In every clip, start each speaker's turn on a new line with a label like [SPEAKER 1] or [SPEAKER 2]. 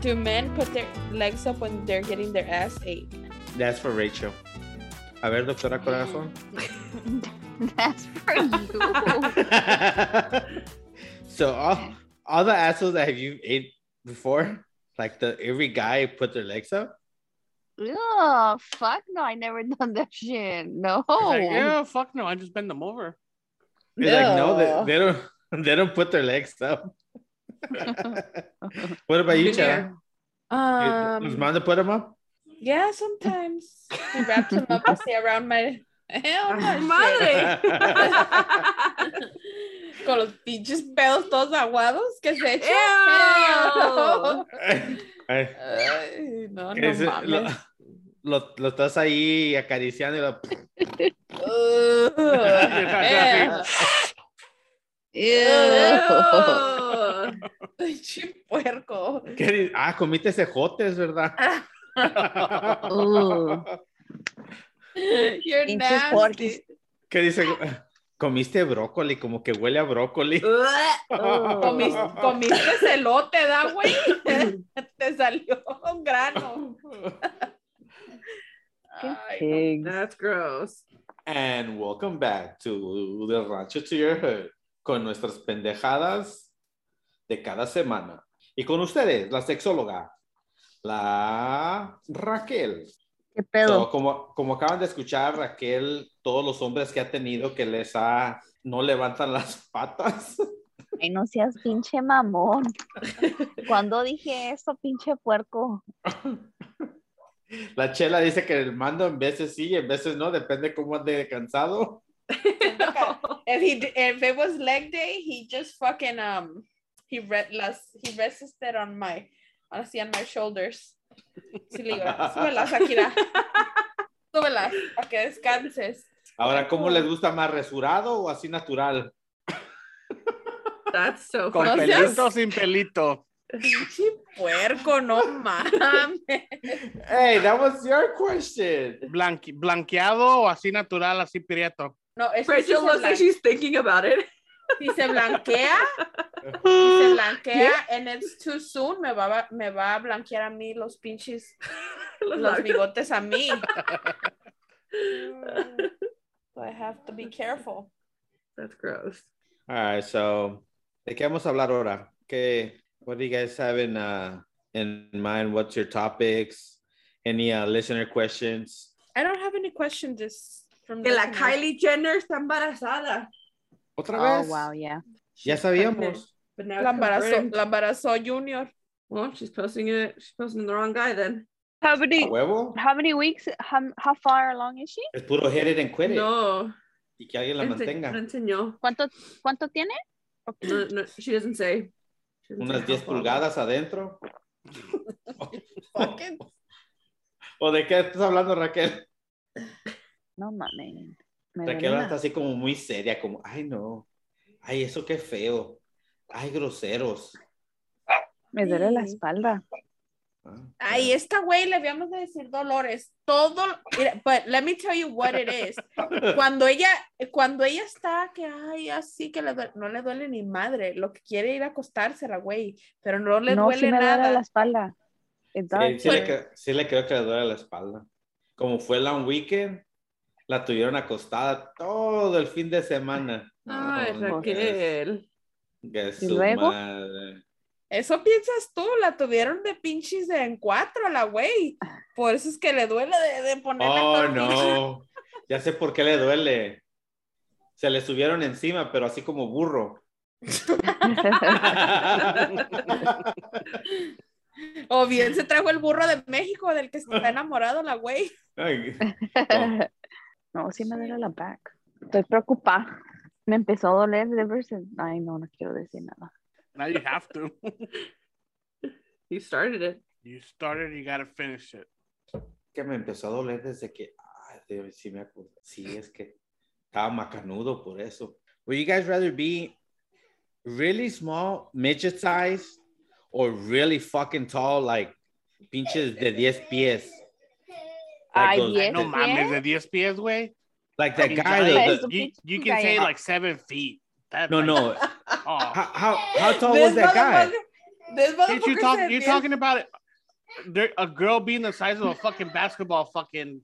[SPEAKER 1] Do men put their legs up when they're getting their ass ate?
[SPEAKER 2] That's for Rachel. A ver, doctora Corazón.
[SPEAKER 3] That's for you.
[SPEAKER 2] so all, all the assholes that have you ate before, like the every guy put their legs up.
[SPEAKER 3] Oh, fuck no, I never done that shit. No.
[SPEAKER 4] It's like, yeah, fuck no. I just bend them over.
[SPEAKER 2] They're like, no, they, they don't. They don't put their legs up. what about you, Chad? Does
[SPEAKER 1] Um,
[SPEAKER 2] Manda put them up?
[SPEAKER 1] yeah, sometimes he wraps them up and stay around my. Hell
[SPEAKER 3] Ah,
[SPEAKER 1] no, shit. Con los pinches pedos todos aguados que se echan. Hell no.
[SPEAKER 2] Ay,
[SPEAKER 1] Ay, no, no
[SPEAKER 2] ese- lo,
[SPEAKER 1] mames.
[SPEAKER 2] lo- lo estás ahí acariciando y lo-
[SPEAKER 1] Ugh. Eh.
[SPEAKER 3] Ew.
[SPEAKER 1] Pinche puerco.
[SPEAKER 2] ¿Qué di- ah, comiste cejotes, ¿verdad?
[SPEAKER 3] Ooh.
[SPEAKER 1] You're
[SPEAKER 3] Pinches
[SPEAKER 1] nasty.
[SPEAKER 3] porquis.
[SPEAKER 2] ¿Qué dice? Comiste brócoli, como que huele a brócoli.
[SPEAKER 1] Comis- comiste celote, da, güey. Te salió un grano. Ay, no.
[SPEAKER 3] Pig.
[SPEAKER 5] That's gross.
[SPEAKER 2] And welcome back to the Rancho to Your Hood con nuestras pendejadas de cada semana. Y con ustedes, la sexóloga, la Raquel.
[SPEAKER 3] ¿Qué
[SPEAKER 2] So,
[SPEAKER 3] pedo?
[SPEAKER 2] como, como acaban de escuchar, Raquel, todos los hombres que ha tenido que les ha, no levantan las patas.
[SPEAKER 3] Ay, no seas pinche mamón. Cuando dije eso, pinche puerco?
[SPEAKER 2] La chela dice que el mando en veces sí, en veces no, depende cómo ande cansado.
[SPEAKER 1] If he d- if it was leg day, he just fucking um he read las he rested on my honestly on my shoulders. Sí, le digo, súbelas, Akira. Súbelas para que descanses.
[SPEAKER 2] Ahora, ¿cómo les gusta más, resurado o así natural?
[SPEAKER 5] That's so
[SPEAKER 4] Con
[SPEAKER 1] No
[SPEAKER 5] funny.
[SPEAKER 1] seas-
[SPEAKER 4] pelito, sin pelito.
[SPEAKER 1] Pinche puerco, no mames.
[SPEAKER 2] Hey, that was your question.
[SPEAKER 4] Blanqui- blanqueado o así natural, así prieto.
[SPEAKER 1] No, es que si se,
[SPEAKER 5] Rachel looks like
[SPEAKER 1] blan-
[SPEAKER 5] she's thinking about it.
[SPEAKER 1] si se blanquea, si se blanquea, and it's too soon, me va, a- me va a blanquear a mí los pinches, los bigotes a mí. Mm. So I have to be careful.
[SPEAKER 5] That's gross.
[SPEAKER 2] All right, so, ¿de qué vamos a hablar ahora? ¿Qué, what do you guys have in, uh, in mind? What's your topics? Any uh, listener questions?
[SPEAKER 1] I don't have any questions this from
[SPEAKER 5] Que la
[SPEAKER 1] listeners.
[SPEAKER 5] Kylie Jenner está embarazada.
[SPEAKER 2] ¿Otra
[SPEAKER 3] Oh,
[SPEAKER 2] vez?
[SPEAKER 3] wow, yeah.
[SPEAKER 2] Ya
[SPEAKER 5] She's pregnant,
[SPEAKER 2] sabíamos.
[SPEAKER 5] But now
[SPEAKER 1] La
[SPEAKER 5] it's
[SPEAKER 1] embarazó,
[SPEAKER 5] confirmed.
[SPEAKER 1] la embarazó Junior.
[SPEAKER 5] Well, she's posting it. She's posting the wrong guy then.
[SPEAKER 3] How
[SPEAKER 2] ¿A
[SPEAKER 3] many,
[SPEAKER 2] huevo?
[SPEAKER 3] how many weeks, how, how far along is she?
[SPEAKER 2] Es puro hit it and quit it.
[SPEAKER 5] No.
[SPEAKER 2] Y que alguien la
[SPEAKER 5] Ense-
[SPEAKER 2] mantenga.
[SPEAKER 5] no enseñó.
[SPEAKER 3] ¿Cuánto, cuánto tiene?
[SPEAKER 5] No, no, she doesn't say. She doesn't
[SPEAKER 2] Unas
[SPEAKER 5] say
[SPEAKER 2] 10
[SPEAKER 5] how long.
[SPEAKER 2] pulgadas adentro.
[SPEAKER 1] Fucking-
[SPEAKER 2] ¿O de qué estás hablando, Raquel?
[SPEAKER 3] No mames. Me
[SPEAKER 2] Raquel
[SPEAKER 3] duele
[SPEAKER 2] ahora está así como muy seria, como, ay, no. Ay, eso qué feo. Ay, groseros.
[SPEAKER 3] la- me duele la
[SPEAKER 1] Sí.
[SPEAKER 3] espalda.
[SPEAKER 2] Ah,
[SPEAKER 1] Ay, esta güey le habíamos de decir Dolores. Todo, mira, but let me tell you what it is. Cuando ella, cuando ella está que ay, así que le duele- no le duele ni madre, lo que quiere ir a acostarse la güey, pero no le
[SPEAKER 3] No,
[SPEAKER 1] duele
[SPEAKER 3] sí me duele
[SPEAKER 1] nada.
[SPEAKER 3] la espalda. It
[SPEAKER 2] Sí,
[SPEAKER 3] does.
[SPEAKER 2] sí le, cre- sí le creo que le duele la espalda. Como fue el long weekend, la tuvieron acostada todo el fin de semana.
[SPEAKER 5] Ay,
[SPEAKER 2] No, no,
[SPEAKER 5] Raquel.
[SPEAKER 2] que- que
[SPEAKER 3] ¿Y
[SPEAKER 2] su
[SPEAKER 3] luego?
[SPEAKER 2] madre.
[SPEAKER 1] Eso piensas tú, la tuvieron de pinches de en cuatro a la güey. Por eso es que le duele de, de ponerle todo
[SPEAKER 2] Oh,
[SPEAKER 1] el pinche-
[SPEAKER 2] no. Ya sé por qué le duele. Se le subieron encima, pero así como burro.
[SPEAKER 1] O bien se trajo el burro de México del que está enamorado la güey.
[SPEAKER 2] Ay,
[SPEAKER 3] no, sí me duele la back. Estoy preocupada. Me empezó a doler de verse- Ay, no, no quiero decir nada.
[SPEAKER 4] Now you have to.
[SPEAKER 5] You started it.
[SPEAKER 4] You started, you gotta finish it.
[SPEAKER 2] que me empezó a doler desde que, ay, de- sí me acuerdo. Sí, es que estaba macanudo por eso. Would you guys rather be really small, midget size, or really fucking tall, like pinches de 10 pies? Like
[SPEAKER 3] Ay,
[SPEAKER 2] those-
[SPEAKER 3] diez
[SPEAKER 4] No
[SPEAKER 2] the-
[SPEAKER 4] mames, de 10 pies, güey.
[SPEAKER 2] Like that
[SPEAKER 4] Pinche
[SPEAKER 2] guy.
[SPEAKER 4] galleta.
[SPEAKER 2] the-
[SPEAKER 3] Eso,
[SPEAKER 4] You,
[SPEAKER 3] pinche
[SPEAKER 4] you can say
[SPEAKER 3] galleta.
[SPEAKER 4] like seven feet. That's
[SPEAKER 2] no,
[SPEAKER 4] like-
[SPEAKER 2] no.
[SPEAKER 4] Oh.
[SPEAKER 2] How, how, how tall was that guy?
[SPEAKER 1] This
[SPEAKER 4] Did you
[SPEAKER 1] motherfucker
[SPEAKER 4] talk?
[SPEAKER 1] said
[SPEAKER 4] You're
[SPEAKER 1] this-
[SPEAKER 4] talking about it. there, a girl being the size of a fucking basketball fucking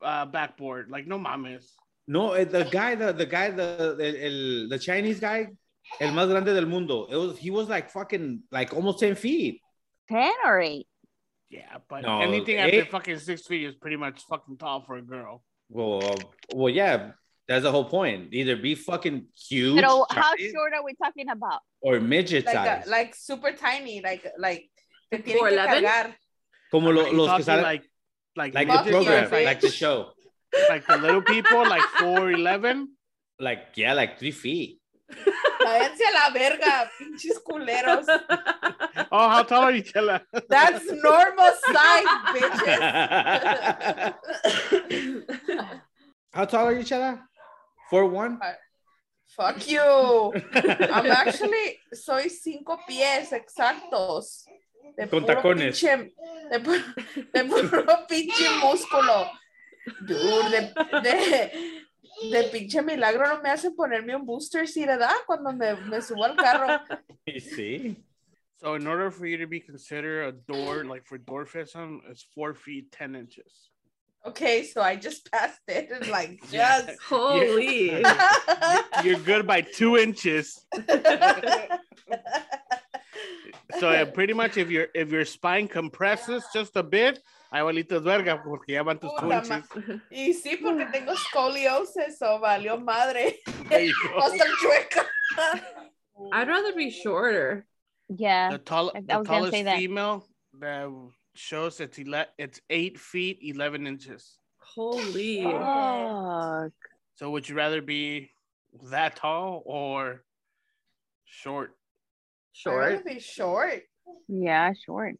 [SPEAKER 4] uh, backboard. Like, no mames.
[SPEAKER 2] No, eh, the guy, the, the guy, the el, el- the Chinese guy, el más grande del mundo. It was he was like fucking like almost ten feet.
[SPEAKER 3] 10 or 8?
[SPEAKER 4] Yeah, but
[SPEAKER 2] No,
[SPEAKER 4] anything
[SPEAKER 2] eh?
[SPEAKER 4] after fucking six feet is pretty much fucking tall for a girl.
[SPEAKER 2] Well, well, yeah, that's the whole point. Either be fucking huge
[SPEAKER 3] Pero how
[SPEAKER 2] Chinese
[SPEAKER 3] short are we talking about?
[SPEAKER 2] or midget
[SPEAKER 1] Like,
[SPEAKER 2] size,
[SPEAKER 1] a, like super tiny, like, like, te tienen que
[SPEAKER 5] 4'11"?
[SPEAKER 1] cagar.
[SPEAKER 2] como lo-
[SPEAKER 4] I'm
[SPEAKER 2] los que
[SPEAKER 4] talking
[SPEAKER 2] salen like,
[SPEAKER 4] like, like,
[SPEAKER 2] the
[SPEAKER 1] Fuck
[SPEAKER 4] midget
[SPEAKER 1] you,
[SPEAKER 2] program,
[SPEAKER 4] size,
[SPEAKER 2] like the show,
[SPEAKER 4] like the little people, like four eleven.
[SPEAKER 2] like yeah, like three feet.
[SPEAKER 1] Váyanse a la verga, pinches culeros.
[SPEAKER 4] Oh, how tall are you, Chela?
[SPEAKER 1] That's normal size, bitches.
[SPEAKER 2] how tall are you, Chela? Four one.
[SPEAKER 1] Fuck you. I'm actually, soy cinco pies exactos. De
[SPEAKER 2] Con
[SPEAKER 1] puro
[SPEAKER 2] tacones.
[SPEAKER 1] pinche- de, pu- de puro pinche músculo. Dude, de, de, de pinche milagro no me hacen ponerme un booster si le da cuando me, me subo al carro.
[SPEAKER 2] See,
[SPEAKER 4] So, in order for you to be considered a door, like for dwarfism, it's four feet ten inches.
[SPEAKER 1] Okay, so I just passed it and like just.
[SPEAKER 5] Holy.
[SPEAKER 4] You're good by two inches. So uh, pretty much, if your if your spine compresses just a bit, abuelitas verga, porque ya van tus two
[SPEAKER 1] Puta ma-
[SPEAKER 4] inches.
[SPEAKER 1] y sí, porque tengo scoliosis, o valió madre.
[SPEAKER 4] There you go.
[SPEAKER 1] Hasta el chueco.
[SPEAKER 5] I'd rather be shorter.
[SPEAKER 3] Yeah.
[SPEAKER 4] The, tall,
[SPEAKER 3] I- I
[SPEAKER 4] the
[SPEAKER 3] was gonna
[SPEAKER 4] tallest
[SPEAKER 3] say that.
[SPEAKER 4] female that shows it's ele- it's eight feet eleven inches.
[SPEAKER 5] Holy.
[SPEAKER 3] Fuck.
[SPEAKER 4] So would you rather be that tall or short?
[SPEAKER 1] I'd rather
[SPEAKER 5] Short.
[SPEAKER 1] be short.
[SPEAKER 3] Yeah, short.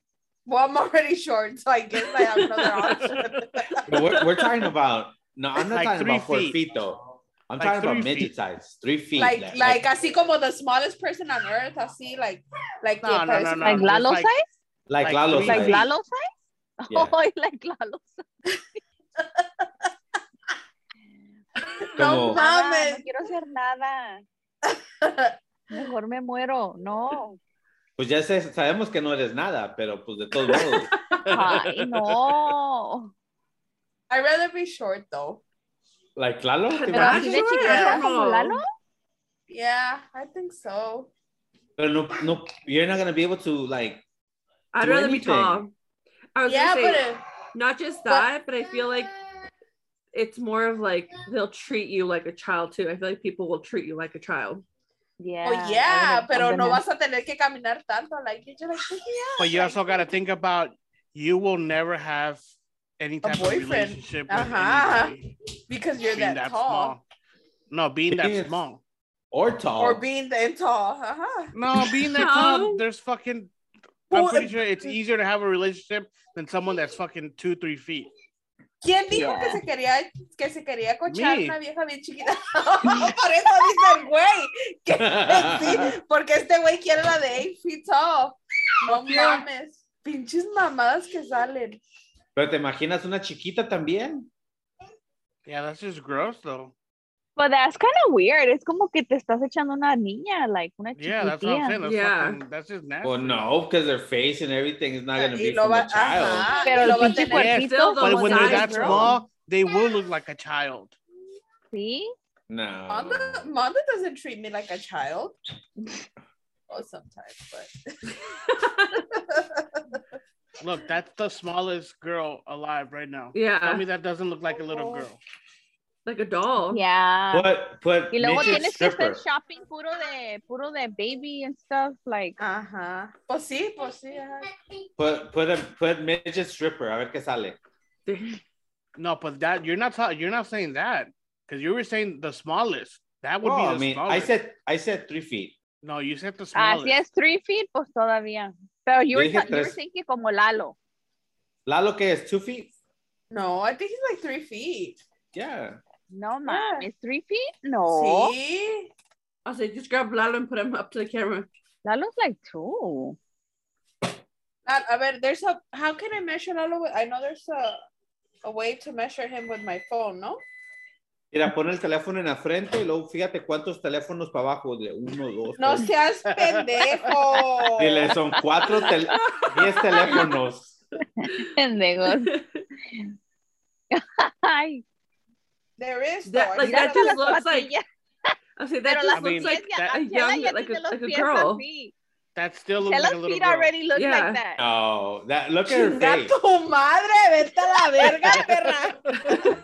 [SPEAKER 1] Well, I'm already short, so I guess I have another option.
[SPEAKER 2] But we're, we're talking about no, I'm not
[SPEAKER 4] Like
[SPEAKER 2] talking
[SPEAKER 4] three
[SPEAKER 2] about four
[SPEAKER 4] feet.
[SPEAKER 2] feet, though. I'm
[SPEAKER 4] Like
[SPEAKER 2] talking about
[SPEAKER 4] three
[SPEAKER 2] midget
[SPEAKER 4] feet.
[SPEAKER 2] size, three feet.
[SPEAKER 1] like, like, así como the smallest person on earth, así, like, like,
[SPEAKER 4] No,
[SPEAKER 1] que
[SPEAKER 4] no, no,
[SPEAKER 1] parece-
[SPEAKER 4] no.
[SPEAKER 3] Like
[SPEAKER 4] just
[SPEAKER 3] Lalo
[SPEAKER 4] like-
[SPEAKER 3] size?
[SPEAKER 2] like,
[SPEAKER 4] like
[SPEAKER 2] Lalo
[SPEAKER 4] three
[SPEAKER 3] Like
[SPEAKER 2] size.
[SPEAKER 4] feet.
[SPEAKER 3] Lalo size?
[SPEAKER 2] Yeah.
[SPEAKER 3] Oh, like Lalo size.
[SPEAKER 1] No
[SPEAKER 2] Como-
[SPEAKER 3] Mamá,
[SPEAKER 1] mames.
[SPEAKER 3] no quiero hacer nada. Mejor me muero. No.
[SPEAKER 2] Pues ya sé- sabemos que no eres nada, pero pues de todos modos.
[SPEAKER 3] Ay, no.
[SPEAKER 1] I'd rather be short though.
[SPEAKER 2] like Lalo. ¿te
[SPEAKER 3] Pero
[SPEAKER 2] imaginas?
[SPEAKER 3] así de
[SPEAKER 5] sure.
[SPEAKER 3] chiquita como Lalo.
[SPEAKER 1] Yeah, I think so.
[SPEAKER 2] Pero no, no, you're not gonna be able to like.
[SPEAKER 5] I'd
[SPEAKER 2] Do
[SPEAKER 5] rather be
[SPEAKER 2] anything.
[SPEAKER 5] tall. I was
[SPEAKER 1] Yeah,
[SPEAKER 5] gonna
[SPEAKER 1] but uh, oh,
[SPEAKER 5] say
[SPEAKER 1] it,
[SPEAKER 5] not just that, but I feel like it's more of like they'll treat you like a child too. I feel like people will treat you like a child.
[SPEAKER 3] Yeah.
[SPEAKER 1] oh yeah,
[SPEAKER 3] I'm
[SPEAKER 1] pero no
[SPEAKER 3] gonna-
[SPEAKER 1] vas a tener que caminar tanto. Like, you're like, "Oh, yeah.
[SPEAKER 4] But you also got to think about you will never have any type of
[SPEAKER 1] boyfriend.
[SPEAKER 4] relationship with
[SPEAKER 1] Uh-huh.
[SPEAKER 4] anybody
[SPEAKER 1] because you're
[SPEAKER 4] being
[SPEAKER 1] that, tall
[SPEAKER 4] small. No, being
[SPEAKER 2] Yes.
[SPEAKER 4] that small.
[SPEAKER 2] Or tall.
[SPEAKER 1] or being that tall. Uh-huh.
[SPEAKER 4] No, being that
[SPEAKER 5] No.
[SPEAKER 4] tall. There's fucking. I'm
[SPEAKER 1] Well,
[SPEAKER 4] pretty sure it's easier to have a relationship than someone that's fucking two, three feet.
[SPEAKER 1] ¿Quién dijo
[SPEAKER 3] Yeah.
[SPEAKER 1] que se quería que se quería cochar
[SPEAKER 4] Me.
[SPEAKER 1] una vieja bien chiquita? Por eso dice el güey. Sí, porque este güey quiere la de 8 feet tall. No mames. Pinches mamadas que salen.
[SPEAKER 2] Pero te imaginas una chiquita también.
[SPEAKER 4] Yeah, that's just gross, though.
[SPEAKER 3] But that's kind of weird. Es como que te estás echando una niña, like una chiquitilla.
[SPEAKER 4] Yeah, that's what I'm saying. That's,
[SPEAKER 5] Yeah.
[SPEAKER 4] fucking, that's just nasty.
[SPEAKER 2] Well, no, because their face and everything is not gonna
[SPEAKER 1] Y
[SPEAKER 2] be
[SPEAKER 1] lo
[SPEAKER 2] from
[SPEAKER 1] va,
[SPEAKER 2] a child.
[SPEAKER 5] Ah,
[SPEAKER 1] ajá,
[SPEAKER 3] Pero
[SPEAKER 1] y lo
[SPEAKER 3] el
[SPEAKER 1] va a
[SPEAKER 3] pinche
[SPEAKER 1] tener-
[SPEAKER 4] Yeah,
[SPEAKER 3] cuerpito
[SPEAKER 5] still,
[SPEAKER 4] But
[SPEAKER 3] como
[SPEAKER 4] when they're
[SPEAKER 5] size
[SPEAKER 4] that
[SPEAKER 5] grow.
[SPEAKER 4] small, they will look like a child.
[SPEAKER 3] Sí.
[SPEAKER 2] No.
[SPEAKER 1] Manda, Manda doesn't treat me like a child. Oh, sometimes, but
[SPEAKER 4] Look, that's the smallest girl alive right now. Tell
[SPEAKER 5] yeah,
[SPEAKER 4] me that doesn't look like a little
[SPEAKER 5] Oh.
[SPEAKER 4] girl.
[SPEAKER 5] like a doll.
[SPEAKER 3] Yeah.
[SPEAKER 2] But but
[SPEAKER 3] Y luego
[SPEAKER 2] midget
[SPEAKER 3] tienes que estar
[SPEAKER 2] stripper.
[SPEAKER 3] shopping puro de puro de baby and stuff like
[SPEAKER 5] Ah,
[SPEAKER 1] ajá. Pues sí, pues sí. ajá.
[SPEAKER 2] Put put a put midget stripper. A ver qué sale.
[SPEAKER 4] No, but that you're not talking. You're not saying that because you were saying the smallest. That would
[SPEAKER 2] Oh,
[SPEAKER 4] be the
[SPEAKER 2] I mean, I
[SPEAKER 4] smallest.
[SPEAKER 2] said I said three feet.
[SPEAKER 4] no. You said the
[SPEAKER 5] Ah,
[SPEAKER 4] smallest.
[SPEAKER 3] así ah, es three feet pues todavía. Pero you
[SPEAKER 2] Yo
[SPEAKER 3] were,
[SPEAKER 2] dije
[SPEAKER 3] ta- you were
[SPEAKER 2] tres.
[SPEAKER 3] thinking como Lalo.
[SPEAKER 2] Lalo que es two feet.
[SPEAKER 1] No, I think he's like three feet.
[SPEAKER 2] Yeah.
[SPEAKER 5] Ah.
[SPEAKER 3] No
[SPEAKER 1] Yeah.
[SPEAKER 3] mames, three feet? No.
[SPEAKER 1] Sí.
[SPEAKER 5] I'll say just grab Lalo and put him up to the camera.
[SPEAKER 3] Lalo's like two.
[SPEAKER 1] Not, a ver, there's a how can I measure Lalo? With, I know there's a a way to measure him with my phone, no?
[SPEAKER 2] Mira, pon el teléfono en la frente y luego fíjate cuántos teléfonos para abajo. De uno, dos,
[SPEAKER 1] No
[SPEAKER 2] tres.
[SPEAKER 1] seas pendejo.
[SPEAKER 2] Dile, son cuatro, tel- diez teléfonos.
[SPEAKER 3] Pendejos. Ay,
[SPEAKER 1] There is though.
[SPEAKER 5] That-
[SPEAKER 1] I
[SPEAKER 5] like,
[SPEAKER 1] said
[SPEAKER 5] that
[SPEAKER 1] it
[SPEAKER 3] mírate
[SPEAKER 5] just
[SPEAKER 3] las
[SPEAKER 1] was-
[SPEAKER 5] looks like-
[SPEAKER 3] patillas.
[SPEAKER 5] I say that
[SPEAKER 3] Pero
[SPEAKER 5] just
[SPEAKER 3] las
[SPEAKER 4] I mean,
[SPEAKER 5] looks like
[SPEAKER 3] patillas
[SPEAKER 5] a
[SPEAKER 3] ya- ya
[SPEAKER 5] young,
[SPEAKER 3] las
[SPEAKER 5] like
[SPEAKER 3] tiene
[SPEAKER 5] a,
[SPEAKER 3] los
[SPEAKER 5] like a
[SPEAKER 3] pies
[SPEAKER 5] girl.
[SPEAKER 3] así.
[SPEAKER 4] That still looks
[SPEAKER 3] Chela's
[SPEAKER 4] like a little
[SPEAKER 3] feet
[SPEAKER 4] girl.
[SPEAKER 3] already look
[SPEAKER 5] Yeah.
[SPEAKER 3] like that.
[SPEAKER 2] Oh, that look at her
[SPEAKER 1] Chinga
[SPEAKER 2] face.
[SPEAKER 1] tu madre, vete a la verga, perra.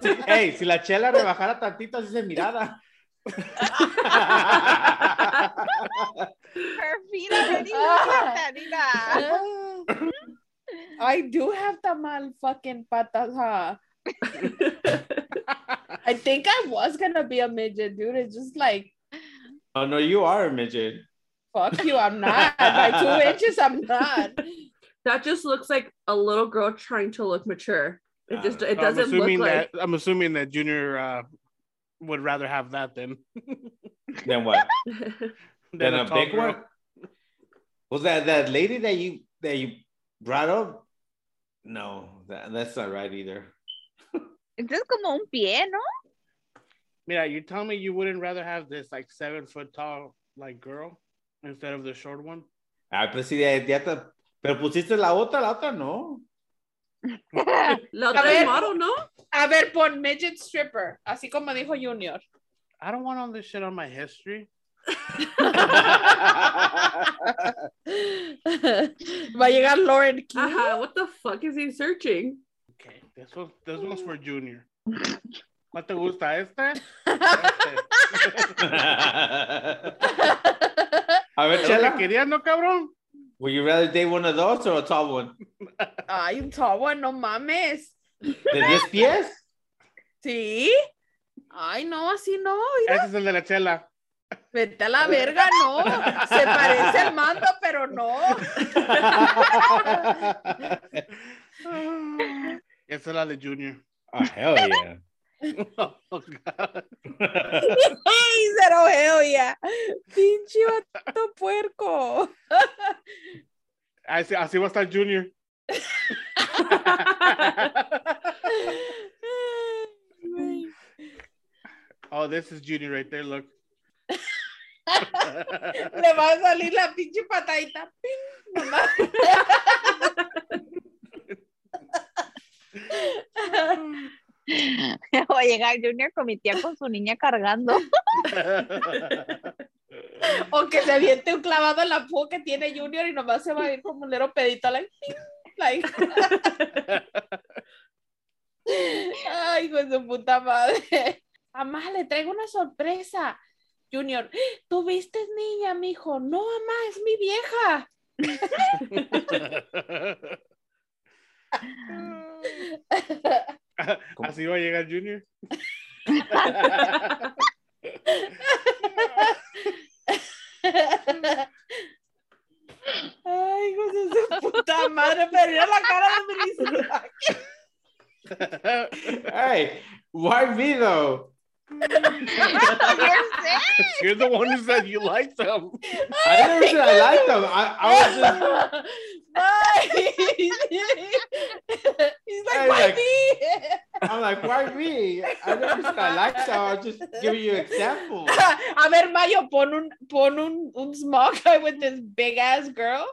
[SPEAKER 2] Sí, Hey, si la chela rebajara tantito así de mirada.
[SPEAKER 3] Her feet already look like that. Nina.
[SPEAKER 1] I do have tamal fucking patas, huh? I think I was gonna be a midget, dude. It's just like,
[SPEAKER 2] oh no, you are a midget.
[SPEAKER 1] fuck you, I'm not. By two inches, I'm not.
[SPEAKER 5] that just looks like a little girl trying to look mature. It just
[SPEAKER 2] Uh,
[SPEAKER 5] it
[SPEAKER 4] So I'm
[SPEAKER 5] doesn't
[SPEAKER 4] assuming
[SPEAKER 5] look like
[SPEAKER 4] that I'm assuming that Junior uh, would rather have that than
[SPEAKER 2] Then what?
[SPEAKER 4] than
[SPEAKER 2] Then a
[SPEAKER 4] tall
[SPEAKER 2] big
[SPEAKER 4] girl.
[SPEAKER 2] one. Was that that lady that you that you brought up? No, that, that's not right either.
[SPEAKER 3] Entonces como un pie, ¿no?
[SPEAKER 4] Mira, you tell me you wouldn't rather have this like seven foot tall like girl instead of the short one?
[SPEAKER 2] Ah, pues sí, ya, ya te- pero pusiste la otra, la otra no.
[SPEAKER 5] La
[SPEAKER 1] A ver.
[SPEAKER 5] otra model, no?
[SPEAKER 1] A ver, pon midget stripper, así como dijo Junior.
[SPEAKER 4] I don't want all this shit on my history.
[SPEAKER 1] Va a llegar Lauren Key.
[SPEAKER 5] Aha, what the fuck is he searching?
[SPEAKER 4] Okay, this one this one's for Junior. ¿Cuál te gusta este?
[SPEAKER 2] A ver,
[SPEAKER 4] ¿Lo que
[SPEAKER 2] Chela,
[SPEAKER 4] querías, no, cabrón?
[SPEAKER 2] would you rather date one of those or a tall one?
[SPEAKER 1] Ay, un tall one, no mames.
[SPEAKER 2] ¿De 10 pies?
[SPEAKER 1] ¿Sí? Ay, no, así no. mira.
[SPEAKER 4] Ese es el de la Chela.
[SPEAKER 1] Vete a la verga, no. Se parece al mando, pero no.
[SPEAKER 4] Esa es la de Junior.
[SPEAKER 2] Oh, hell yeah.
[SPEAKER 4] Oh, God.
[SPEAKER 1] Ay, cero geo ya. Pinche vato puerco.
[SPEAKER 4] Ah, Así, así va a estar Junior.
[SPEAKER 1] Ay, güey.
[SPEAKER 4] oh, this is Junior right there. Look.
[SPEAKER 1] Le va a salir la pinche patadita. Ping, nomás.
[SPEAKER 3] O llegar Junior con mi tía con su niña cargando.
[SPEAKER 1] O que se aviente un clavado en la púa que tiene Junior y nomás se va a ir como un lero pedito. Like, ping, like. Ay, hijo de su puta madre. Mamá, le traigo una sorpresa. Junior, ¿tú viste niña, mijo? No, mamá, es mi vieja.
[SPEAKER 4] así va a llegar Junior.
[SPEAKER 1] Ay, hijo de su puta madre, pero mira la cara de Melissa.
[SPEAKER 2] hey, why me though?
[SPEAKER 4] You're the one who said you liked him.
[SPEAKER 2] I never said I liked them. I, I was just
[SPEAKER 1] Bye. He's like,
[SPEAKER 2] Hey,
[SPEAKER 1] why
[SPEAKER 2] like-
[SPEAKER 1] me?
[SPEAKER 2] I'm like, why me? I never said I liked them. I'm just giving you an example.
[SPEAKER 1] A ver, Mayo, pon un, pon un, un small guy with this big ass girl.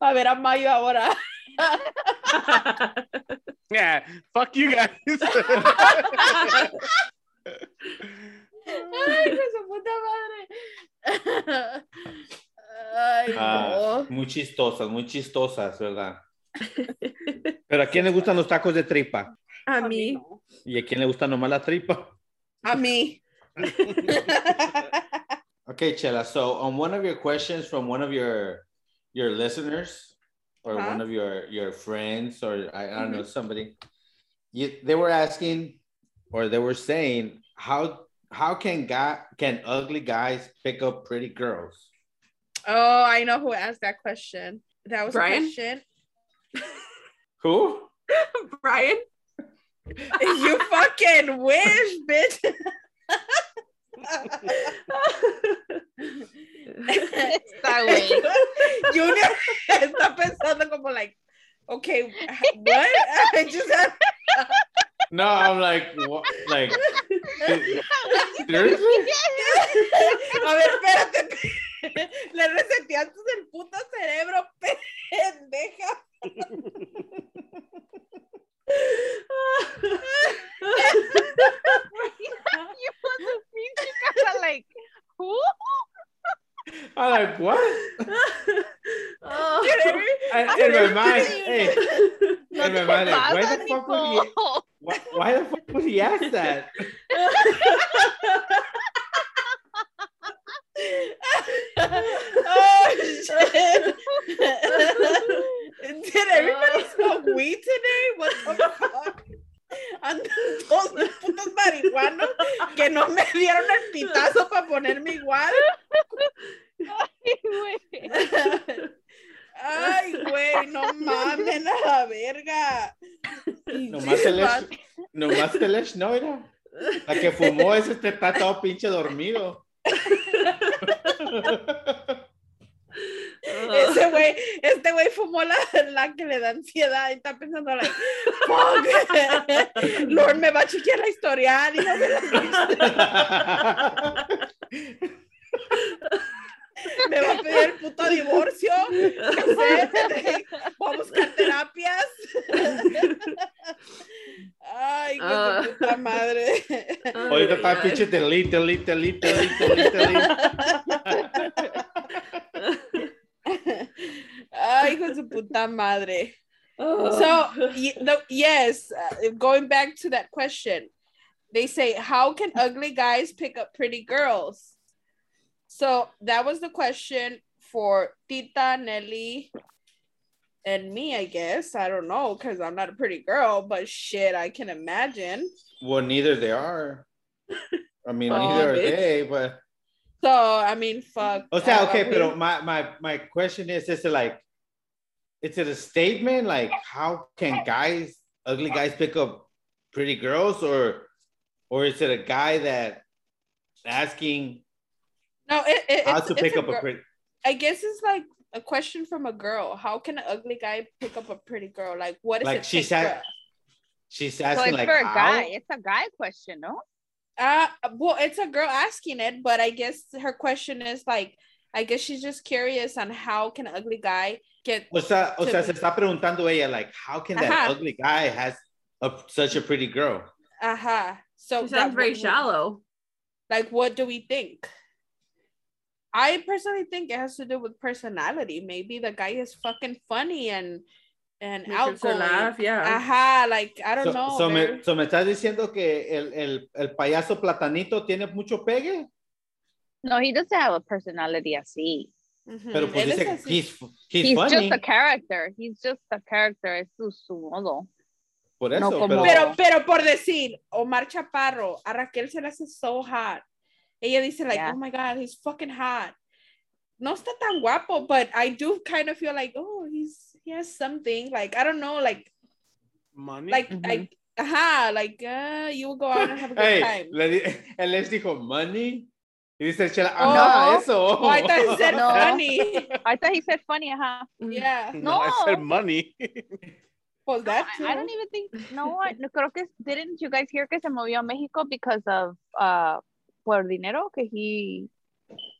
[SPEAKER 1] A ver a Mayo ahora.
[SPEAKER 4] Yeah, fuck you guys.
[SPEAKER 1] Ay, hijo de su puta madre. Ay,
[SPEAKER 2] Ah,
[SPEAKER 1] no.
[SPEAKER 2] muy chistosas, muy chistosas, ¿verdad? Pero ¿a quién le gustan los tacos de tripa?
[SPEAKER 5] I
[SPEAKER 1] A mí
[SPEAKER 5] mean,
[SPEAKER 1] no.
[SPEAKER 2] ¿Y a quién le gusta nomás la tripa?
[SPEAKER 1] A mí.
[SPEAKER 2] Okay, Chela. So on one of your questions from one of your your listeners or
[SPEAKER 1] Huh?
[SPEAKER 2] one of your your friends or I, I don't know
[SPEAKER 1] Mhm.
[SPEAKER 2] somebody, you, they were asking or they were saying how how can guy can ugly guys pick up pretty girls?
[SPEAKER 1] Oh, I know who asked that question. That was a
[SPEAKER 5] Brian?
[SPEAKER 1] question.
[SPEAKER 2] Who?
[SPEAKER 5] Brian.
[SPEAKER 1] You fucking wish, bitch.
[SPEAKER 3] Está, güey.
[SPEAKER 1] Junior está pensando como like, okay, what? I just had,
[SPEAKER 2] No, I'm like what, like seriously?
[SPEAKER 1] a ver, espérate. Le reseteaste el puto cerebro, pendeja.
[SPEAKER 2] I'm like, what?
[SPEAKER 1] Dude,
[SPEAKER 5] oh.
[SPEAKER 1] every-
[SPEAKER 2] And
[SPEAKER 1] I
[SPEAKER 2] in my
[SPEAKER 1] never
[SPEAKER 2] mind,
[SPEAKER 1] seen
[SPEAKER 2] hey,
[SPEAKER 3] No
[SPEAKER 2] in my
[SPEAKER 3] te
[SPEAKER 2] mind, like, why
[SPEAKER 3] pasa,
[SPEAKER 2] the fuck would he?
[SPEAKER 3] Nicole.
[SPEAKER 2] Why, why the fuck would he ask that?
[SPEAKER 1] oh shit! Did everybody smoke weed today? What the fuck? Ando todos los putos marihuanos que no me dieron el pitazo para ponerme igual.
[SPEAKER 3] Ay, güey.
[SPEAKER 1] Ay, güey, no mamen a la verga.
[SPEAKER 2] Nomás el hecho, nomás el hecho, no era. La que fumó ese te está todo pinche dormido.
[SPEAKER 1] Ese güey, este güey fumó la, la que le da ansiedad y está pensando, like, fuck, Lord me va a chequear la historial y no me, me va a pedir el puto divorcio. Casete, Voy a buscar terapias. Ay, hijo de
[SPEAKER 5] Ah.
[SPEAKER 1] puta madre.
[SPEAKER 2] Ahorita está pinche delete, delete, delete, delete, delete, delete.
[SPEAKER 1] Ay, hijo de su puta madre. so
[SPEAKER 5] So,
[SPEAKER 1] y- no, yes uh, going back to that question they say how can ugly guys pick up pretty girls so that was the question for tita nelly and me i guess i don't know because i'm not a pretty girl but shit i can imagine
[SPEAKER 2] Well, neither they are. I mean,
[SPEAKER 5] Oh,
[SPEAKER 2] neither are
[SPEAKER 5] bitch.
[SPEAKER 2] they, but.
[SPEAKER 1] so i mean fuck
[SPEAKER 2] O sea,
[SPEAKER 1] uh,
[SPEAKER 2] okay,
[SPEAKER 1] we-
[SPEAKER 2] pero my, my, my question is, is it like, is it a statement? Like, how can guys, ugly guys pick up pretty girls or, or is it a guy that asking
[SPEAKER 1] no it, it,
[SPEAKER 2] how
[SPEAKER 1] it's,
[SPEAKER 2] to
[SPEAKER 1] it's
[SPEAKER 2] pick
[SPEAKER 1] a
[SPEAKER 2] up a
[SPEAKER 1] gir-
[SPEAKER 2] pretty,
[SPEAKER 1] i guess it's like a question from a girl how can an ugly guy pick up a pretty girl like what is
[SPEAKER 2] Like
[SPEAKER 1] it
[SPEAKER 2] she
[SPEAKER 1] take
[SPEAKER 2] said-
[SPEAKER 1] for-
[SPEAKER 2] she's
[SPEAKER 3] So
[SPEAKER 2] asking
[SPEAKER 3] it's
[SPEAKER 2] like
[SPEAKER 3] Pues, for a
[SPEAKER 2] how?
[SPEAKER 3] guy. It's a guy question, no?
[SPEAKER 1] Uh, well, it's a girl asking it, but I guess her question is like, I guess she's just curious on how can an ugly guy get.
[SPEAKER 2] O sea, o
[SPEAKER 1] to-
[SPEAKER 2] sea, se está preguntando ella like, how can that
[SPEAKER 1] Ajá.
[SPEAKER 2] ugly guy has a, such a pretty girl?
[SPEAKER 1] Aha. Uh-huh. So
[SPEAKER 5] she
[SPEAKER 1] that-
[SPEAKER 5] sounds very
[SPEAKER 1] what-
[SPEAKER 5] shallow.
[SPEAKER 1] Like, what do we think? I personally think it has to do with personality. Maybe the guy is fucking funny and and
[SPEAKER 5] Makes her
[SPEAKER 1] outgoing.
[SPEAKER 5] laugh, yeah.
[SPEAKER 1] Aha. Like I don't
[SPEAKER 2] So,
[SPEAKER 1] know.
[SPEAKER 2] so
[SPEAKER 1] very-
[SPEAKER 2] me, so me estás diciendo que el, el, el payaso platanito tiene mucho pegue?
[SPEAKER 3] No, he doesn't have a personality así.
[SPEAKER 1] Ujú.
[SPEAKER 2] Pero pues
[SPEAKER 1] Hmm. Él es
[SPEAKER 2] dice que
[SPEAKER 1] así.
[SPEAKER 2] he's, he's,
[SPEAKER 3] He's,
[SPEAKER 2] funny.
[SPEAKER 3] just a character. He's just a character. Es su, su modo.
[SPEAKER 2] Por eso,
[SPEAKER 3] como-
[SPEAKER 2] pero,
[SPEAKER 1] Pero, pero por decir, Omar Chaparro, a Raquel se le hace so hot. Ella dice, like,
[SPEAKER 3] Yeah.
[SPEAKER 1] oh my God, he's fucking hot. No está tan guapo, but I do kind of feel like, oh, he's he has something. Like, I don't know, like,
[SPEAKER 4] Money.
[SPEAKER 1] like,
[SPEAKER 3] Mhm.
[SPEAKER 1] like, aha, like, uh, you will go out and have a good
[SPEAKER 2] hey,
[SPEAKER 1] time.
[SPEAKER 2] le di, él les dijo money. Y dice Chela,
[SPEAKER 1] Oh.
[SPEAKER 2] ah, eso.
[SPEAKER 1] Oh, I thought it said
[SPEAKER 3] No.
[SPEAKER 1] funny.
[SPEAKER 3] I thought he said funny, huh?
[SPEAKER 1] yeah, Pues
[SPEAKER 4] no, I said money.
[SPEAKER 1] well, that
[SPEAKER 3] I,
[SPEAKER 1] too.
[SPEAKER 3] I don't even think. No, what? No, creo que didn't you guys hear que se movió a Mexico because of uh por dinero que he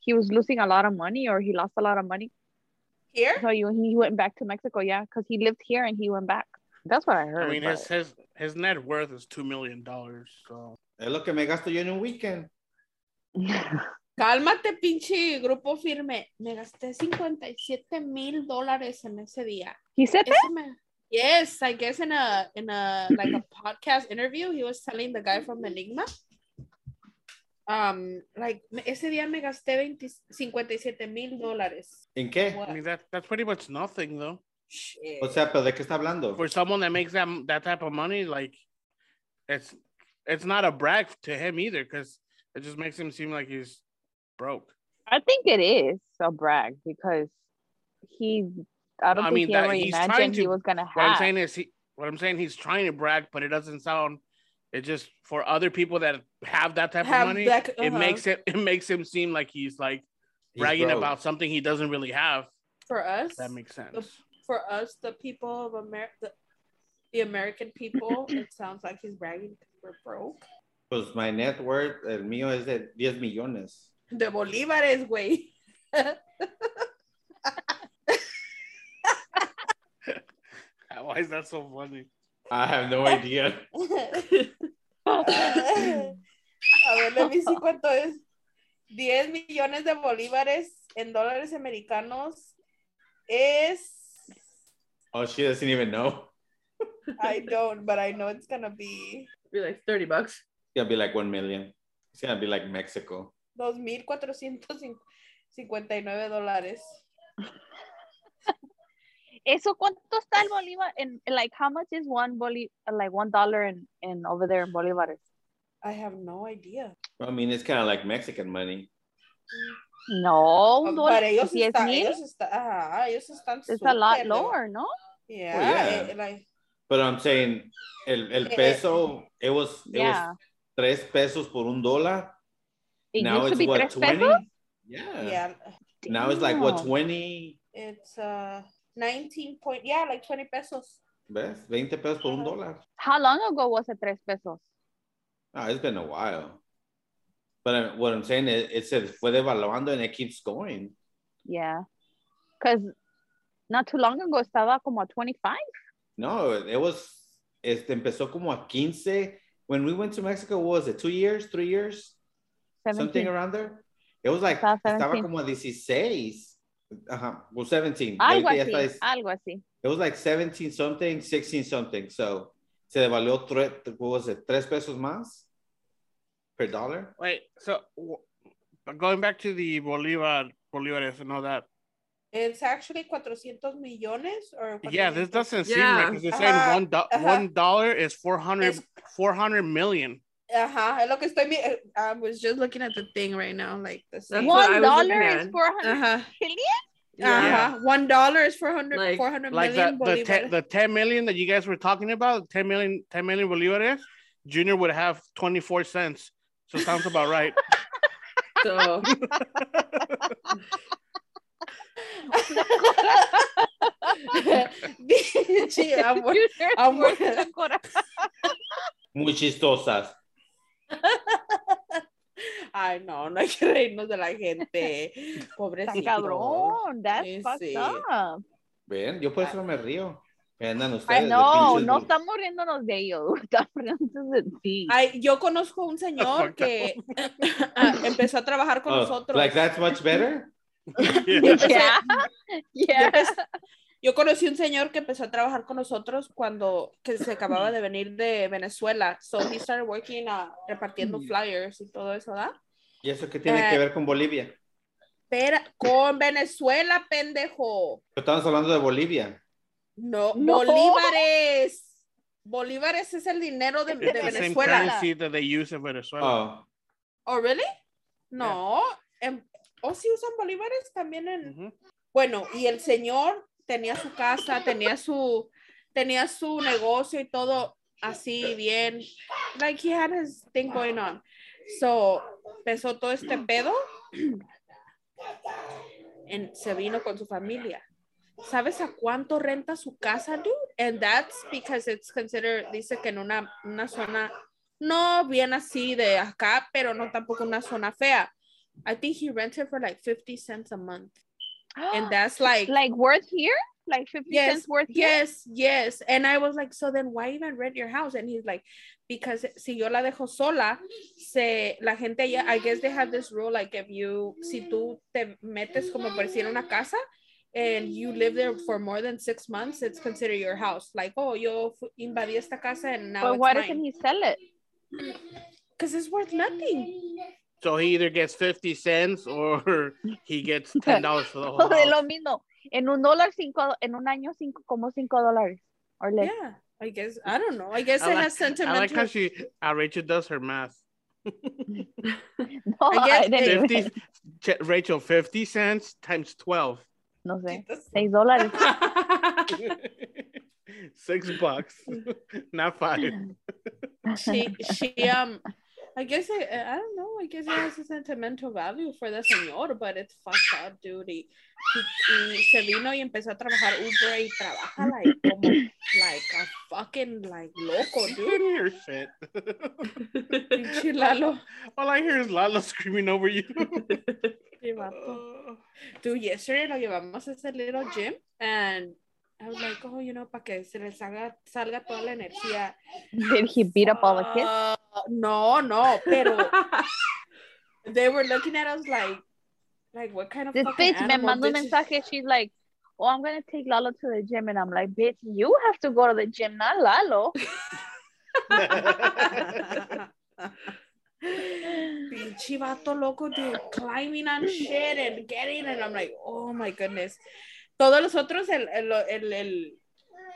[SPEAKER 3] he was losing a lot of money or he lost a lot of money.
[SPEAKER 1] Here?
[SPEAKER 3] So you he went back to Mexico, yeah, because he lived here and he went back. That's what I heard.
[SPEAKER 4] I mean,
[SPEAKER 3] but-
[SPEAKER 4] his, his his net worth is two million dollars. So
[SPEAKER 2] Es lo que me gasto yo en un weekend.
[SPEAKER 1] Cálmate, pinche grupo firme. Me gasté 57 mil dólares en ese día.
[SPEAKER 3] he said that.
[SPEAKER 1] Eso me- Yes, I guess in a in a like a podcast interview, he was telling the guy from Enigma. Um, like me- ese día me gasté 20, 57 mil dólares.
[SPEAKER 2] ¿En qué?
[SPEAKER 1] What?
[SPEAKER 4] I mean, that that's pretty much nothing though
[SPEAKER 1] Shit.
[SPEAKER 2] O sea, pero ¿de qué está hablando?
[SPEAKER 4] for someone that makes that that type of money. Like, it's it's not a brag to him either because it just makes him seem like he's broke.
[SPEAKER 3] I think it is a brag because he. I don't
[SPEAKER 4] I
[SPEAKER 3] think
[SPEAKER 4] mean,
[SPEAKER 3] he
[SPEAKER 4] that
[SPEAKER 3] ever
[SPEAKER 4] he's trying
[SPEAKER 3] imagined he
[SPEAKER 4] to-
[SPEAKER 3] was gonna
[SPEAKER 4] What
[SPEAKER 1] Ah.
[SPEAKER 4] I'm
[SPEAKER 3] have.
[SPEAKER 4] saying is he. What I'm saying, he's trying to brag, but it doesn't sound. It just for other people that have that type
[SPEAKER 1] Have
[SPEAKER 4] of money,
[SPEAKER 1] that-
[SPEAKER 4] it
[SPEAKER 1] uh-huh.
[SPEAKER 4] makes it it makes him seem like he's like
[SPEAKER 2] He's
[SPEAKER 4] bragging
[SPEAKER 2] broke.
[SPEAKER 4] about something he doesn't really have.
[SPEAKER 1] for us,
[SPEAKER 4] That makes sense.
[SPEAKER 1] for us, the people of America, the, the American people, it sounds like he's bragging because we're broke.
[SPEAKER 2] Pues my net worth, el mío es de 10 millones.
[SPEAKER 1] De bolívares, güey.
[SPEAKER 4] Why is that so funny?
[SPEAKER 2] I have no idea.
[SPEAKER 1] A ver, let me see cuánto es. 10 millones de bolívares en dólares americanos es
[SPEAKER 2] Oh, she doesn't even know.
[SPEAKER 1] I don't, but I know it's gonna be
[SPEAKER 5] Be like 30 bucks.
[SPEAKER 2] It's gonna be like one million. It's gonna be like Mexico.
[SPEAKER 1] 2,459 dólares.
[SPEAKER 3] Eso cuánto está el bolívar? And like, how much is one boli? Like one dollar in, in over there in bolivares?
[SPEAKER 1] I have no idea.
[SPEAKER 2] I mean, it's kind of like Mexican money.
[SPEAKER 3] No, un dólar.
[SPEAKER 1] Ah, Para ellos,
[SPEAKER 3] diez
[SPEAKER 1] está,
[SPEAKER 3] mil.
[SPEAKER 1] ellos, está, ajá, ellos están
[SPEAKER 3] It's a lot
[SPEAKER 1] súper-
[SPEAKER 3] lower, no?
[SPEAKER 1] Yeah,
[SPEAKER 2] yeah.
[SPEAKER 1] eh, like,
[SPEAKER 2] But I'm saying, el, el
[SPEAKER 1] Eh,
[SPEAKER 2] peso, it was, it
[SPEAKER 3] Yeah.
[SPEAKER 2] was tres pesos por un dólar.
[SPEAKER 3] It
[SPEAKER 2] now
[SPEAKER 3] used to
[SPEAKER 2] it's
[SPEAKER 3] be
[SPEAKER 2] what,
[SPEAKER 3] tres
[SPEAKER 2] 20?
[SPEAKER 3] pesos.
[SPEAKER 2] Yeah.
[SPEAKER 1] yeah,
[SPEAKER 2] Now it's like, what,
[SPEAKER 3] Damn.
[SPEAKER 2] 20?
[SPEAKER 1] it's uh 19 point, yeah, like 20 pesos.
[SPEAKER 2] ¿Ves? 20 pesos por un
[SPEAKER 1] Ajá.
[SPEAKER 2] dólar.
[SPEAKER 3] How long ago was it tres pesos?
[SPEAKER 2] Ah, it's been a while. But I, what I'm saying is, it se fue devaluando and it keeps going.
[SPEAKER 3] Yeah, because not too long ago estaba como a twenty five.
[SPEAKER 2] No, it was, este empezó como a 15. When we went to Mexico, what was it, two years, three years? Something around there. It was like,
[SPEAKER 3] Estaba
[SPEAKER 2] estaba
[SPEAKER 3] 17.
[SPEAKER 2] como a 16. Ajá, well, 17.
[SPEAKER 3] Algo
[SPEAKER 2] Ahorita ya está
[SPEAKER 3] así, algo así.
[SPEAKER 2] It was like 17 something, 16 something. So se devaluó tres, what was it, tres pesos más per dollar?
[SPEAKER 4] Wait, so w- but going back to the Bolivar, Bolivares and all that.
[SPEAKER 1] It's actually 400 millones or
[SPEAKER 4] Yeah, this
[SPEAKER 1] 400
[SPEAKER 4] doesn't seem
[SPEAKER 5] Yeah.
[SPEAKER 4] right because they're saying
[SPEAKER 1] Uh-huh,
[SPEAKER 4] one do-
[SPEAKER 1] uh-huh.
[SPEAKER 4] one dollar is 400,
[SPEAKER 1] Es-
[SPEAKER 4] 400 million.
[SPEAKER 1] Ajá, es lo que estoy. mi- eh, I was just looking at the thing right now, like the
[SPEAKER 5] That's
[SPEAKER 1] same.
[SPEAKER 5] what I
[SPEAKER 3] One
[SPEAKER 5] was looking
[SPEAKER 3] dollar is
[SPEAKER 5] at.
[SPEAKER 3] four hundred
[SPEAKER 1] Ajá,
[SPEAKER 3] million.
[SPEAKER 5] Yeah.
[SPEAKER 1] ajá. One dollar is 400,
[SPEAKER 5] Like-
[SPEAKER 1] 400
[SPEAKER 4] Like
[SPEAKER 1] million
[SPEAKER 4] that, the, te-
[SPEAKER 1] bolivares.
[SPEAKER 4] the 10 million that you guys were talking about, 10 million, 10 million Bolivares, Junior would have 24 cents. So sounds about right.
[SPEAKER 5] So
[SPEAKER 1] Bitch, I'm wor- I'm wor-
[SPEAKER 2] Muy chistosas.
[SPEAKER 1] Ay, no, no hay que reírnos de la gente.
[SPEAKER 3] Tan
[SPEAKER 1] Pobrecito.
[SPEAKER 3] cabrón, that's
[SPEAKER 1] Sí,
[SPEAKER 3] fucked
[SPEAKER 1] sí.
[SPEAKER 3] up.
[SPEAKER 2] Ven, yo por eso me río. Que Andan ustedes.
[SPEAKER 3] Ay,
[SPEAKER 2] de
[SPEAKER 3] no,
[SPEAKER 2] pinches
[SPEAKER 3] no
[SPEAKER 2] bu-
[SPEAKER 3] estamos riéndonos de ellos, estamos riéndonos de ti.
[SPEAKER 1] Ay, yo conozco un señor
[SPEAKER 4] That's
[SPEAKER 1] que ah, empezó a trabajar con
[SPEAKER 2] Oh,
[SPEAKER 1] nosotros.
[SPEAKER 2] Like that's much better?
[SPEAKER 1] Yo
[SPEAKER 4] Yeah.
[SPEAKER 1] empecé-
[SPEAKER 3] Yeah.
[SPEAKER 1] yo
[SPEAKER 3] Yeah.
[SPEAKER 1] empecé- Yo conocí un señor que empezó a trabajar con nosotros cuando que se acababa de venir de Venezuela. So he started working uh, repartiendo
[SPEAKER 4] Mm.
[SPEAKER 1] flyers y todo eso, ¿verdad?
[SPEAKER 2] ¿Y eso qué tiene
[SPEAKER 1] Eh.
[SPEAKER 2] que ver con Bolivia?
[SPEAKER 1] Pero con Venezuela, pendejo.
[SPEAKER 2] Estamos hablando de Bolivia.
[SPEAKER 1] No,
[SPEAKER 3] No.
[SPEAKER 1] bolívares. Bolívares es el dinero de, de
[SPEAKER 4] It's the same
[SPEAKER 1] Venezuela.
[SPEAKER 4] currency that they use in Venezuela.
[SPEAKER 2] Oh,
[SPEAKER 1] Oh, really? No. en- ¿O sí usan bolívares también en,
[SPEAKER 4] Mhm.
[SPEAKER 1] Bueno, y el señor tenía su casa, tenía su, tenía su negocio y todo así bien. Like he had his thing going on. So empezó todo este pedo. En, se vino con su familia. ¿Sabes a cuánto renta su casa, dude? And that's because it's considered, dice que en una, una zona, no bien así de acá, pero no tampoco una zona fea. I think he rented for like 50 cents a month. and that's like
[SPEAKER 3] like worth here? Like 50
[SPEAKER 1] Yes,
[SPEAKER 3] cents worth here?
[SPEAKER 1] yes yes and i was like so then why even rent your house and he's like because si yo la dejo sola se la gente allá i guess they have this rule like if you si tú te metes como por decir en una casa and you live there for more than six months it's considered your house like oh yo fu- invadí esta casa and now
[SPEAKER 3] But why
[SPEAKER 1] it's
[SPEAKER 3] doesn't
[SPEAKER 1] mine
[SPEAKER 3] he sell it?
[SPEAKER 1] because it's worth nothing
[SPEAKER 4] So he either gets 50 cents or he gets $10 for the whole
[SPEAKER 5] Oh,
[SPEAKER 3] Todo de
[SPEAKER 4] house.
[SPEAKER 3] lo mismo. En un dólar cinco, en un año cinco, como cinco dólares. Or less.
[SPEAKER 1] yeah i guess i don't know i guess
[SPEAKER 4] I
[SPEAKER 1] it
[SPEAKER 4] like-
[SPEAKER 1] has
[SPEAKER 4] I like
[SPEAKER 1] sentimental
[SPEAKER 4] how she, uh, Rachel does her math.
[SPEAKER 3] No,
[SPEAKER 1] I guess
[SPEAKER 3] I didn't even-
[SPEAKER 4] 50, Ch- Rachel, 50 cents times 12.
[SPEAKER 3] no sé. Seis dólares.
[SPEAKER 4] Six bucks, not five.
[SPEAKER 1] she she um I guess it, I don't know. I guess it has a sentimental value for the señor, but it's fucked up, dude. Y, y- y se vino y empezó a trabajar Uber y trabaja like como like a fucking like loco,
[SPEAKER 4] Dude,
[SPEAKER 1] dude.
[SPEAKER 4] hear shit.
[SPEAKER 1] Pinche Lalo,
[SPEAKER 4] All I hear is Lala screaming over you.
[SPEAKER 1] qué vato. Dude, yesterday lo llevamos a ese little gym and I was like, oh, you know, para que se le salga, salga toda la energía.
[SPEAKER 3] Did he beat up all the kids?
[SPEAKER 1] Uh, no, no, pero they were looking at us like Like, what kind of
[SPEAKER 3] This
[SPEAKER 1] fucking
[SPEAKER 3] bitch me
[SPEAKER 1] animal
[SPEAKER 3] mandó un
[SPEAKER 1] this is?
[SPEAKER 3] mensaje. She's like, oh, I'm going to take Lalo to the gym. And I'm like, bitch, you have to go to the gym, not Lalo.
[SPEAKER 1] Pinche vato loco, dude, climbing on shit and getting, and I'm like, oh my goodness. Todos los otros, el, el, el, el,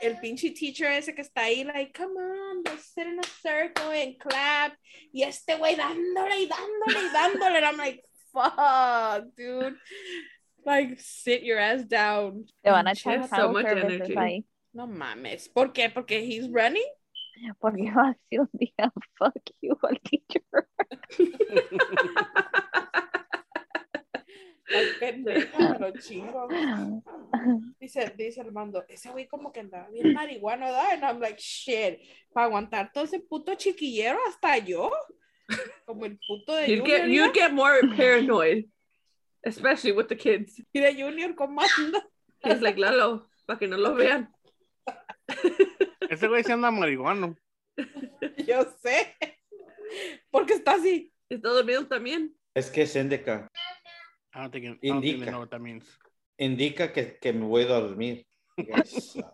[SPEAKER 1] el pinche teacher ese que está ahí, like, come on, let's sit in a circle and clap. Y este güey dándole y dándole y dándole, and I'm like, fuck, dude. Like, sit your ass down.
[SPEAKER 3] Te van a
[SPEAKER 5] She
[SPEAKER 3] echar
[SPEAKER 5] has so
[SPEAKER 3] chavo
[SPEAKER 5] much
[SPEAKER 3] services
[SPEAKER 5] energy.
[SPEAKER 3] ahí.
[SPEAKER 1] No mames. ¿Por qué? Porque he's running.
[SPEAKER 3] Porque va a ser un día, fuck you, al teacher.
[SPEAKER 1] Like, pendeja, me lo chingo. Dice, dice Armando, ese güey como que andaba bien marihuano, ¿verdad? And I'm like, shit, para aguantar todo ese puto chiquillero hasta yo. Como el puto de
[SPEAKER 5] You'd
[SPEAKER 1] Junior.
[SPEAKER 5] get you'd get more paranoid, especially with the kids.
[SPEAKER 1] Y de Junior, ¿cómo anda?
[SPEAKER 5] He's like Lalo, para que no lo vean.
[SPEAKER 4] Este güey se anda marihuano.
[SPEAKER 1] Yo sé. Porque está así.
[SPEAKER 5] Está dormido también.
[SPEAKER 2] Es que es indica,
[SPEAKER 4] I don't think, I don't think
[SPEAKER 2] Indica.
[SPEAKER 4] they know what that means.
[SPEAKER 2] indica que, que me voy a dormir. You guys suck.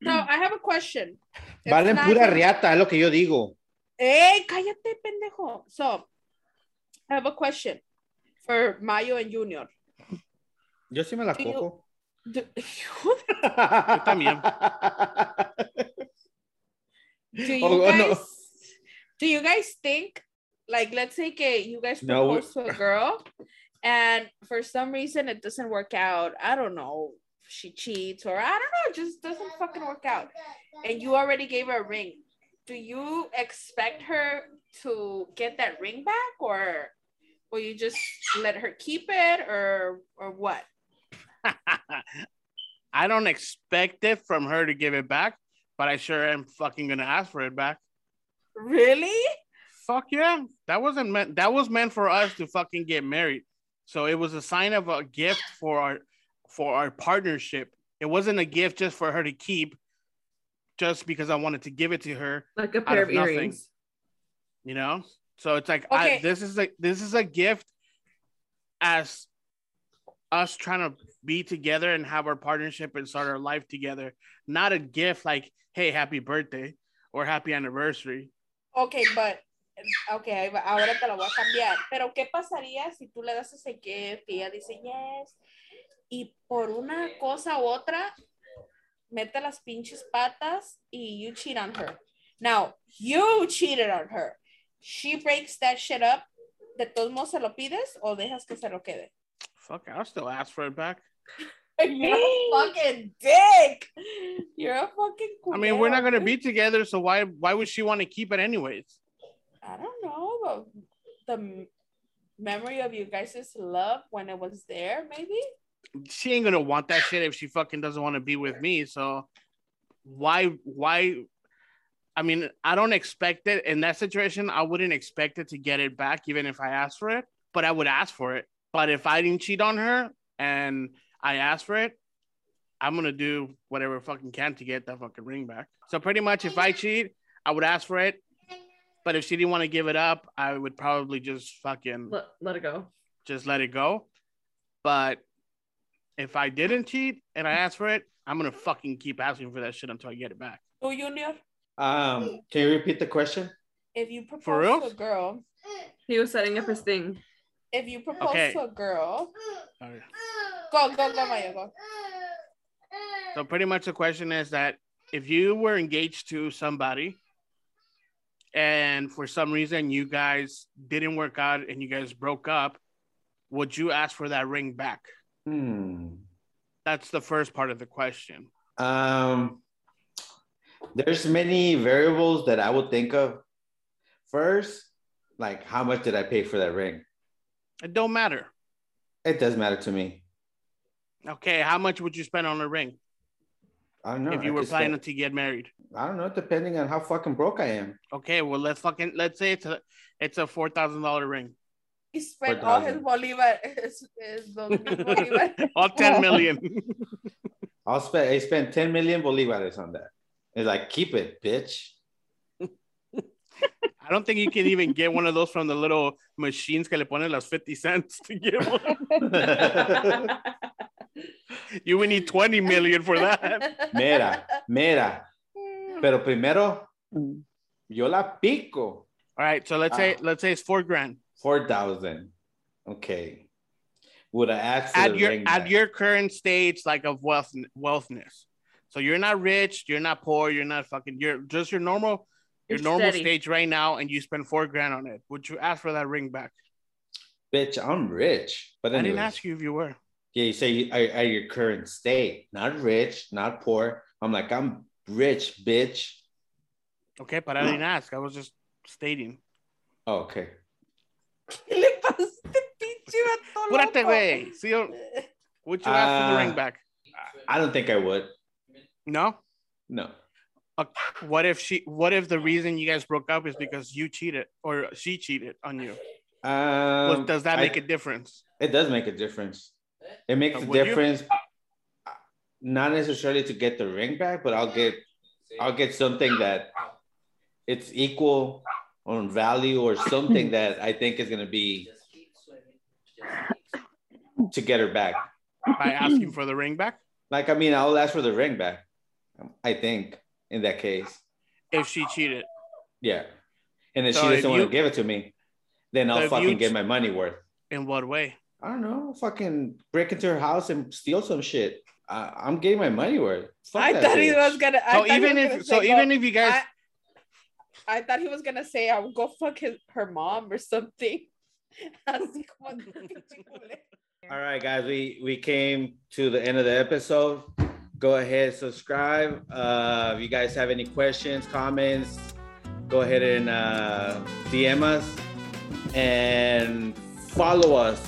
[SPEAKER 1] No, I have a question. It's
[SPEAKER 2] Valen
[SPEAKER 1] not
[SPEAKER 2] pura
[SPEAKER 1] even-
[SPEAKER 2] riata, es lo que yo digo.
[SPEAKER 1] Hey, cállate, pendejo. So, I have a question for Mayo and Junior.
[SPEAKER 2] Yo sí me la
[SPEAKER 1] Do you-
[SPEAKER 2] cojo.
[SPEAKER 1] Do,
[SPEAKER 4] también.
[SPEAKER 1] do you
[SPEAKER 2] Oh, oh,
[SPEAKER 1] guys
[SPEAKER 2] no.
[SPEAKER 1] do you guys think like let's say okay, you guys
[SPEAKER 2] No, we-
[SPEAKER 1] propose to a girl and for some reason it doesn't work out i don't know she cheats or i don't know it just doesn't fucking work out and you already gave her a ring do you expect her to get that ring back or will you just let her keep it or or what
[SPEAKER 4] I don't expect it from her to give it back, but I sure am fucking gonna ask for it back.
[SPEAKER 1] really
[SPEAKER 4] Fuck yeah. That wasn't meant that was meant for us to fucking get married. So it was a sign of a gift for our for our partnership. It wasn't a gift just for her to keep just because I wanted to give it to her,
[SPEAKER 5] Like a
[SPEAKER 4] Out
[SPEAKER 5] pair
[SPEAKER 4] of
[SPEAKER 5] of
[SPEAKER 4] nothing.
[SPEAKER 5] earrings.
[SPEAKER 4] you know? So it's like I,
[SPEAKER 1] Okay.
[SPEAKER 4] this is a this is a gift as us trying to be together and have our partnership and start our life together. Not a gift like, hey, happy birthday or happy anniversary.
[SPEAKER 1] Okay, but okay, ahí va- ahora te la voy a cambiar. Pero ¿qué pasaría si tú le das ese gift y ella dice yes? Y por una cosa u otra, mete las pinches patas y you cheat on her. Now, you cheated on her. She breaks that shit up. ¿De todos modos se lo pides o dejas que se lo quede?
[SPEAKER 4] Fuck, I'll still ask for it back.
[SPEAKER 1] You're a fucking dick. You're a fucking
[SPEAKER 4] I mean, we're not
[SPEAKER 1] culero,
[SPEAKER 4] gonna
[SPEAKER 1] dude.
[SPEAKER 4] be together, so why why would she want to keep it anyways?
[SPEAKER 1] I don't know, but the m- memory of you guys' love when it was there, maybe.
[SPEAKER 4] She ain't gonna want that shit if she fucking doesn't want to be with me. So why why? I mean, I don't expect it in that situation. I wouldn't expect it to get it back, even if I asked for it. But I would ask for it. But if I didn't cheat on her and I asked for it, I'm gonna do whatever I fucking can to get that fucking ring back. So pretty much, if I cheat, I would ask for it. But if she didn't want to give it up, I would probably just fucking
[SPEAKER 5] Let, let it go.
[SPEAKER 4] just let it go. But if I didn't cheat and I asked for it, I'm gonna fucking keep asking for that shit until I get it back.
[SPEAKER 1] Tú, Junior,
[SPEAKER 2] Um, can you repeat the question?
[SPEAKER 1] if you propose
[SPEAKER 4] real?
[SPEAKER 1] to a girl,
[SPEAKER 5] He was setting up his thing.
[SPEAKER 1] if you propose
[SPEAKER 4] Okay.
[SPEAKER 1] to a girl,
[SPEAKER 4] Alright.
[SPEAKER 1] go, go, go, Maya, go.
[SPEAKER 4] So pretty much the question is that if you were engaged to somebody and for some reason you guys didn't work out and you guys broke up, would you ask for that ring back?
[SPEAKER 2] Hmm.
[SPEAKER 4] That's the first part of the question.
[SPEAKER 2] Um, there's many variables that I would think of. First, like how much did I pay for that ring?
[SPEAKER 4] It don't matter.
[SPEAKER 2] It does matter to me.
[SPEAKER 4] Okay, how much would you spend on a ring
[SPEAKER 2] I don't know.
[SPEAKER 4] if you
[SPEAKER 2] I
[SPEAKER 4] were
[SPEAKER 2] could
[SPEAKER 4] planning
[SPEAKER 2] spend-
[SPEAKER 4] to get married?
[SPEAKER 2] I don't know, depending on how fucking broke I am.
[SPEAKER 4] Okay, well let's fucking let's say it's a it's a four thousand dollar ring.
[SPEAKER 1] He spent all his
[SPEAKER 2] 4,000.
[SPEAKER 1] bolívar, his, his dos mil bolívar.
[SPEAKER 4] All 10 million.
[SPEAKER 2] I'll spend I spent 10 million bolivares on that. It's like keep it, bitch.
[SPEAKER 4] I don't think you can even get one of those from the little machines que le ponen las 50 cents to get one. You would need 20 million for that.
[SPEAKER 2] Mira, mira. Pero primero,
[SPEAKER 3] Mm.
[SPEAKER 2] yo la pico.
[SPEAKER 4] All right, so let's say
[SPEAKER 2] Ah.
[SPEAKER 4] let's say it's four grand.
[SPEAKER 2] 4,000. Okay. Would I ask for
[SPEAKER 4] At
[SPEAKER 2] the
[SPEAKER 4] your
[SPEAKER 2] ring
[SPEAKER 4] at
[SPEAKER 2] back?
[SPEAKER 4] your current stage, like of wealth wealthness. So you're not rich, you're not poor, you're not fucking. You're just your normal your
[SPEAKER 5] You're
[SPEAKER 4] normal
[SPEAKER 5] steady.
[SPEAKER 4] stage right now, and you spend four grand on it. Would you ask for that ring back?
[SPEAKER 2] Bitch, I'm rich. But
[SPEAKER 4] I
[SPEAKER 2] anyways,
[SPEAKER 4] didn't ask you if you were.
[SPEAKER 2] Yeah, you say you, at, at your current state, not rich, not poor. I'm like, I'm rich, bitch.
[SPEAKER 4] Okay, but I didn't ask. I was just stating.
[SPEAKER 2] Oh, okay.
[SPEAKER 1] ¿Qué le pasa a este pinche vato
[SPEAKER 4] Apúrate,
[SPEAKER 1] loco?
[SPEAKER 4] güey. See, you- would you ask for the ring
[SPEAKER 2] Ah.
[SPEAKER 4] back?
[SPEAKER 2] I don't think I would.
[SPEAKER 4] No.
[SPEAKER 2] No.
[SPEAKER 4] Okay, What if she? What if the reason you guys broke up is because you cheated or she cheated on you? Well,
[SPEAKER 2] Um,
[SPEAKER 4] does that
[SPEAKER 2] I-
[SPEAKER 4] make a difference?
[SPEAKER 2] It does make a difference. It makes
[SPEAKER 4] Uh,
[SPEAKER 2] a
[SPEAKER 4] would you?
[SPEAKER 2] difference, uh, not necessarily to get the ring back, but I'll get, I'll get something that it's equal on value or something that I think is gonna be to get her back.
[SPEAKER 4] By asking for the ring back?
[SPEAKER 2] Like I mean, I'll ask for the ring back. I think in that case,
[SPEAKER 4] If she cheated.
[SPEAKER 2] yeah. And if
[SPEAKER 4] So
[SPEAKER 2] she
[SPEAKER 4] if
[SPEAKER 2] doesn't want
[SPEAKER 4] you-
[SPEAKER 2] to give it to me, then
[SPEAKER 4] So
[SPEAKER 2] I'll
[SPEAKER 4] if you
[SPEAKER 2] fucking get
[SPEAKER 4] ch-
[SPEAKER 2] my money worth.
[SPEAKER 4] In what way?
[SPEAKER 2] I don't know, fucking break into her house and steal some shit. I, I'm getting my money worth. Fuck
[SPEAKER 1] I
[SPEAKER 2] that
[SPEAKER 1] thought he
[SPEAKER 2] bitch.
[SPEAKER 1] was gonna. I
[SPEAKER 4] So
[SPEAKER 1] thought he was
[SPEAKER 4] even
[SPEAKER 1] gonna
[SPEAKER 4] if so
[SPEAKER 1] say,
[SPEAKER 4] even
[SPEAKER 1] "Go."
[SPEAKER 4] if you guys
[SPEAKER 1] I, I thought he was gonna say I would go fuck his, her mom or something. Así como de pinche culero.
[SPEAKER 2] All right, guys, we we came to the end of the episode. Go ahead, subscribe. Uh, if you guys have any questions, comments, go ahead and uh, DM us and follow us.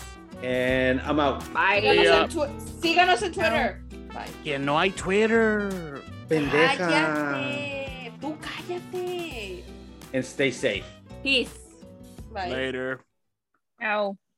[SPEAKER 2] And I'm out.
[SPEAKER 5] Bye.
[SPEAKER 1] Síganos en Twi- Síganos en Twitter. Bye.
[SPEAKER 4] que no hay Twitter.
[SPEAKER 1] Cállate. Tú cállate.
[SPEAKER 2] And stay safe.
[SPEAKER 5] Peace.
[SPEAKER 1] Bye.
[SPEAKER 4] Later.
[SPEAKER 3] Ow.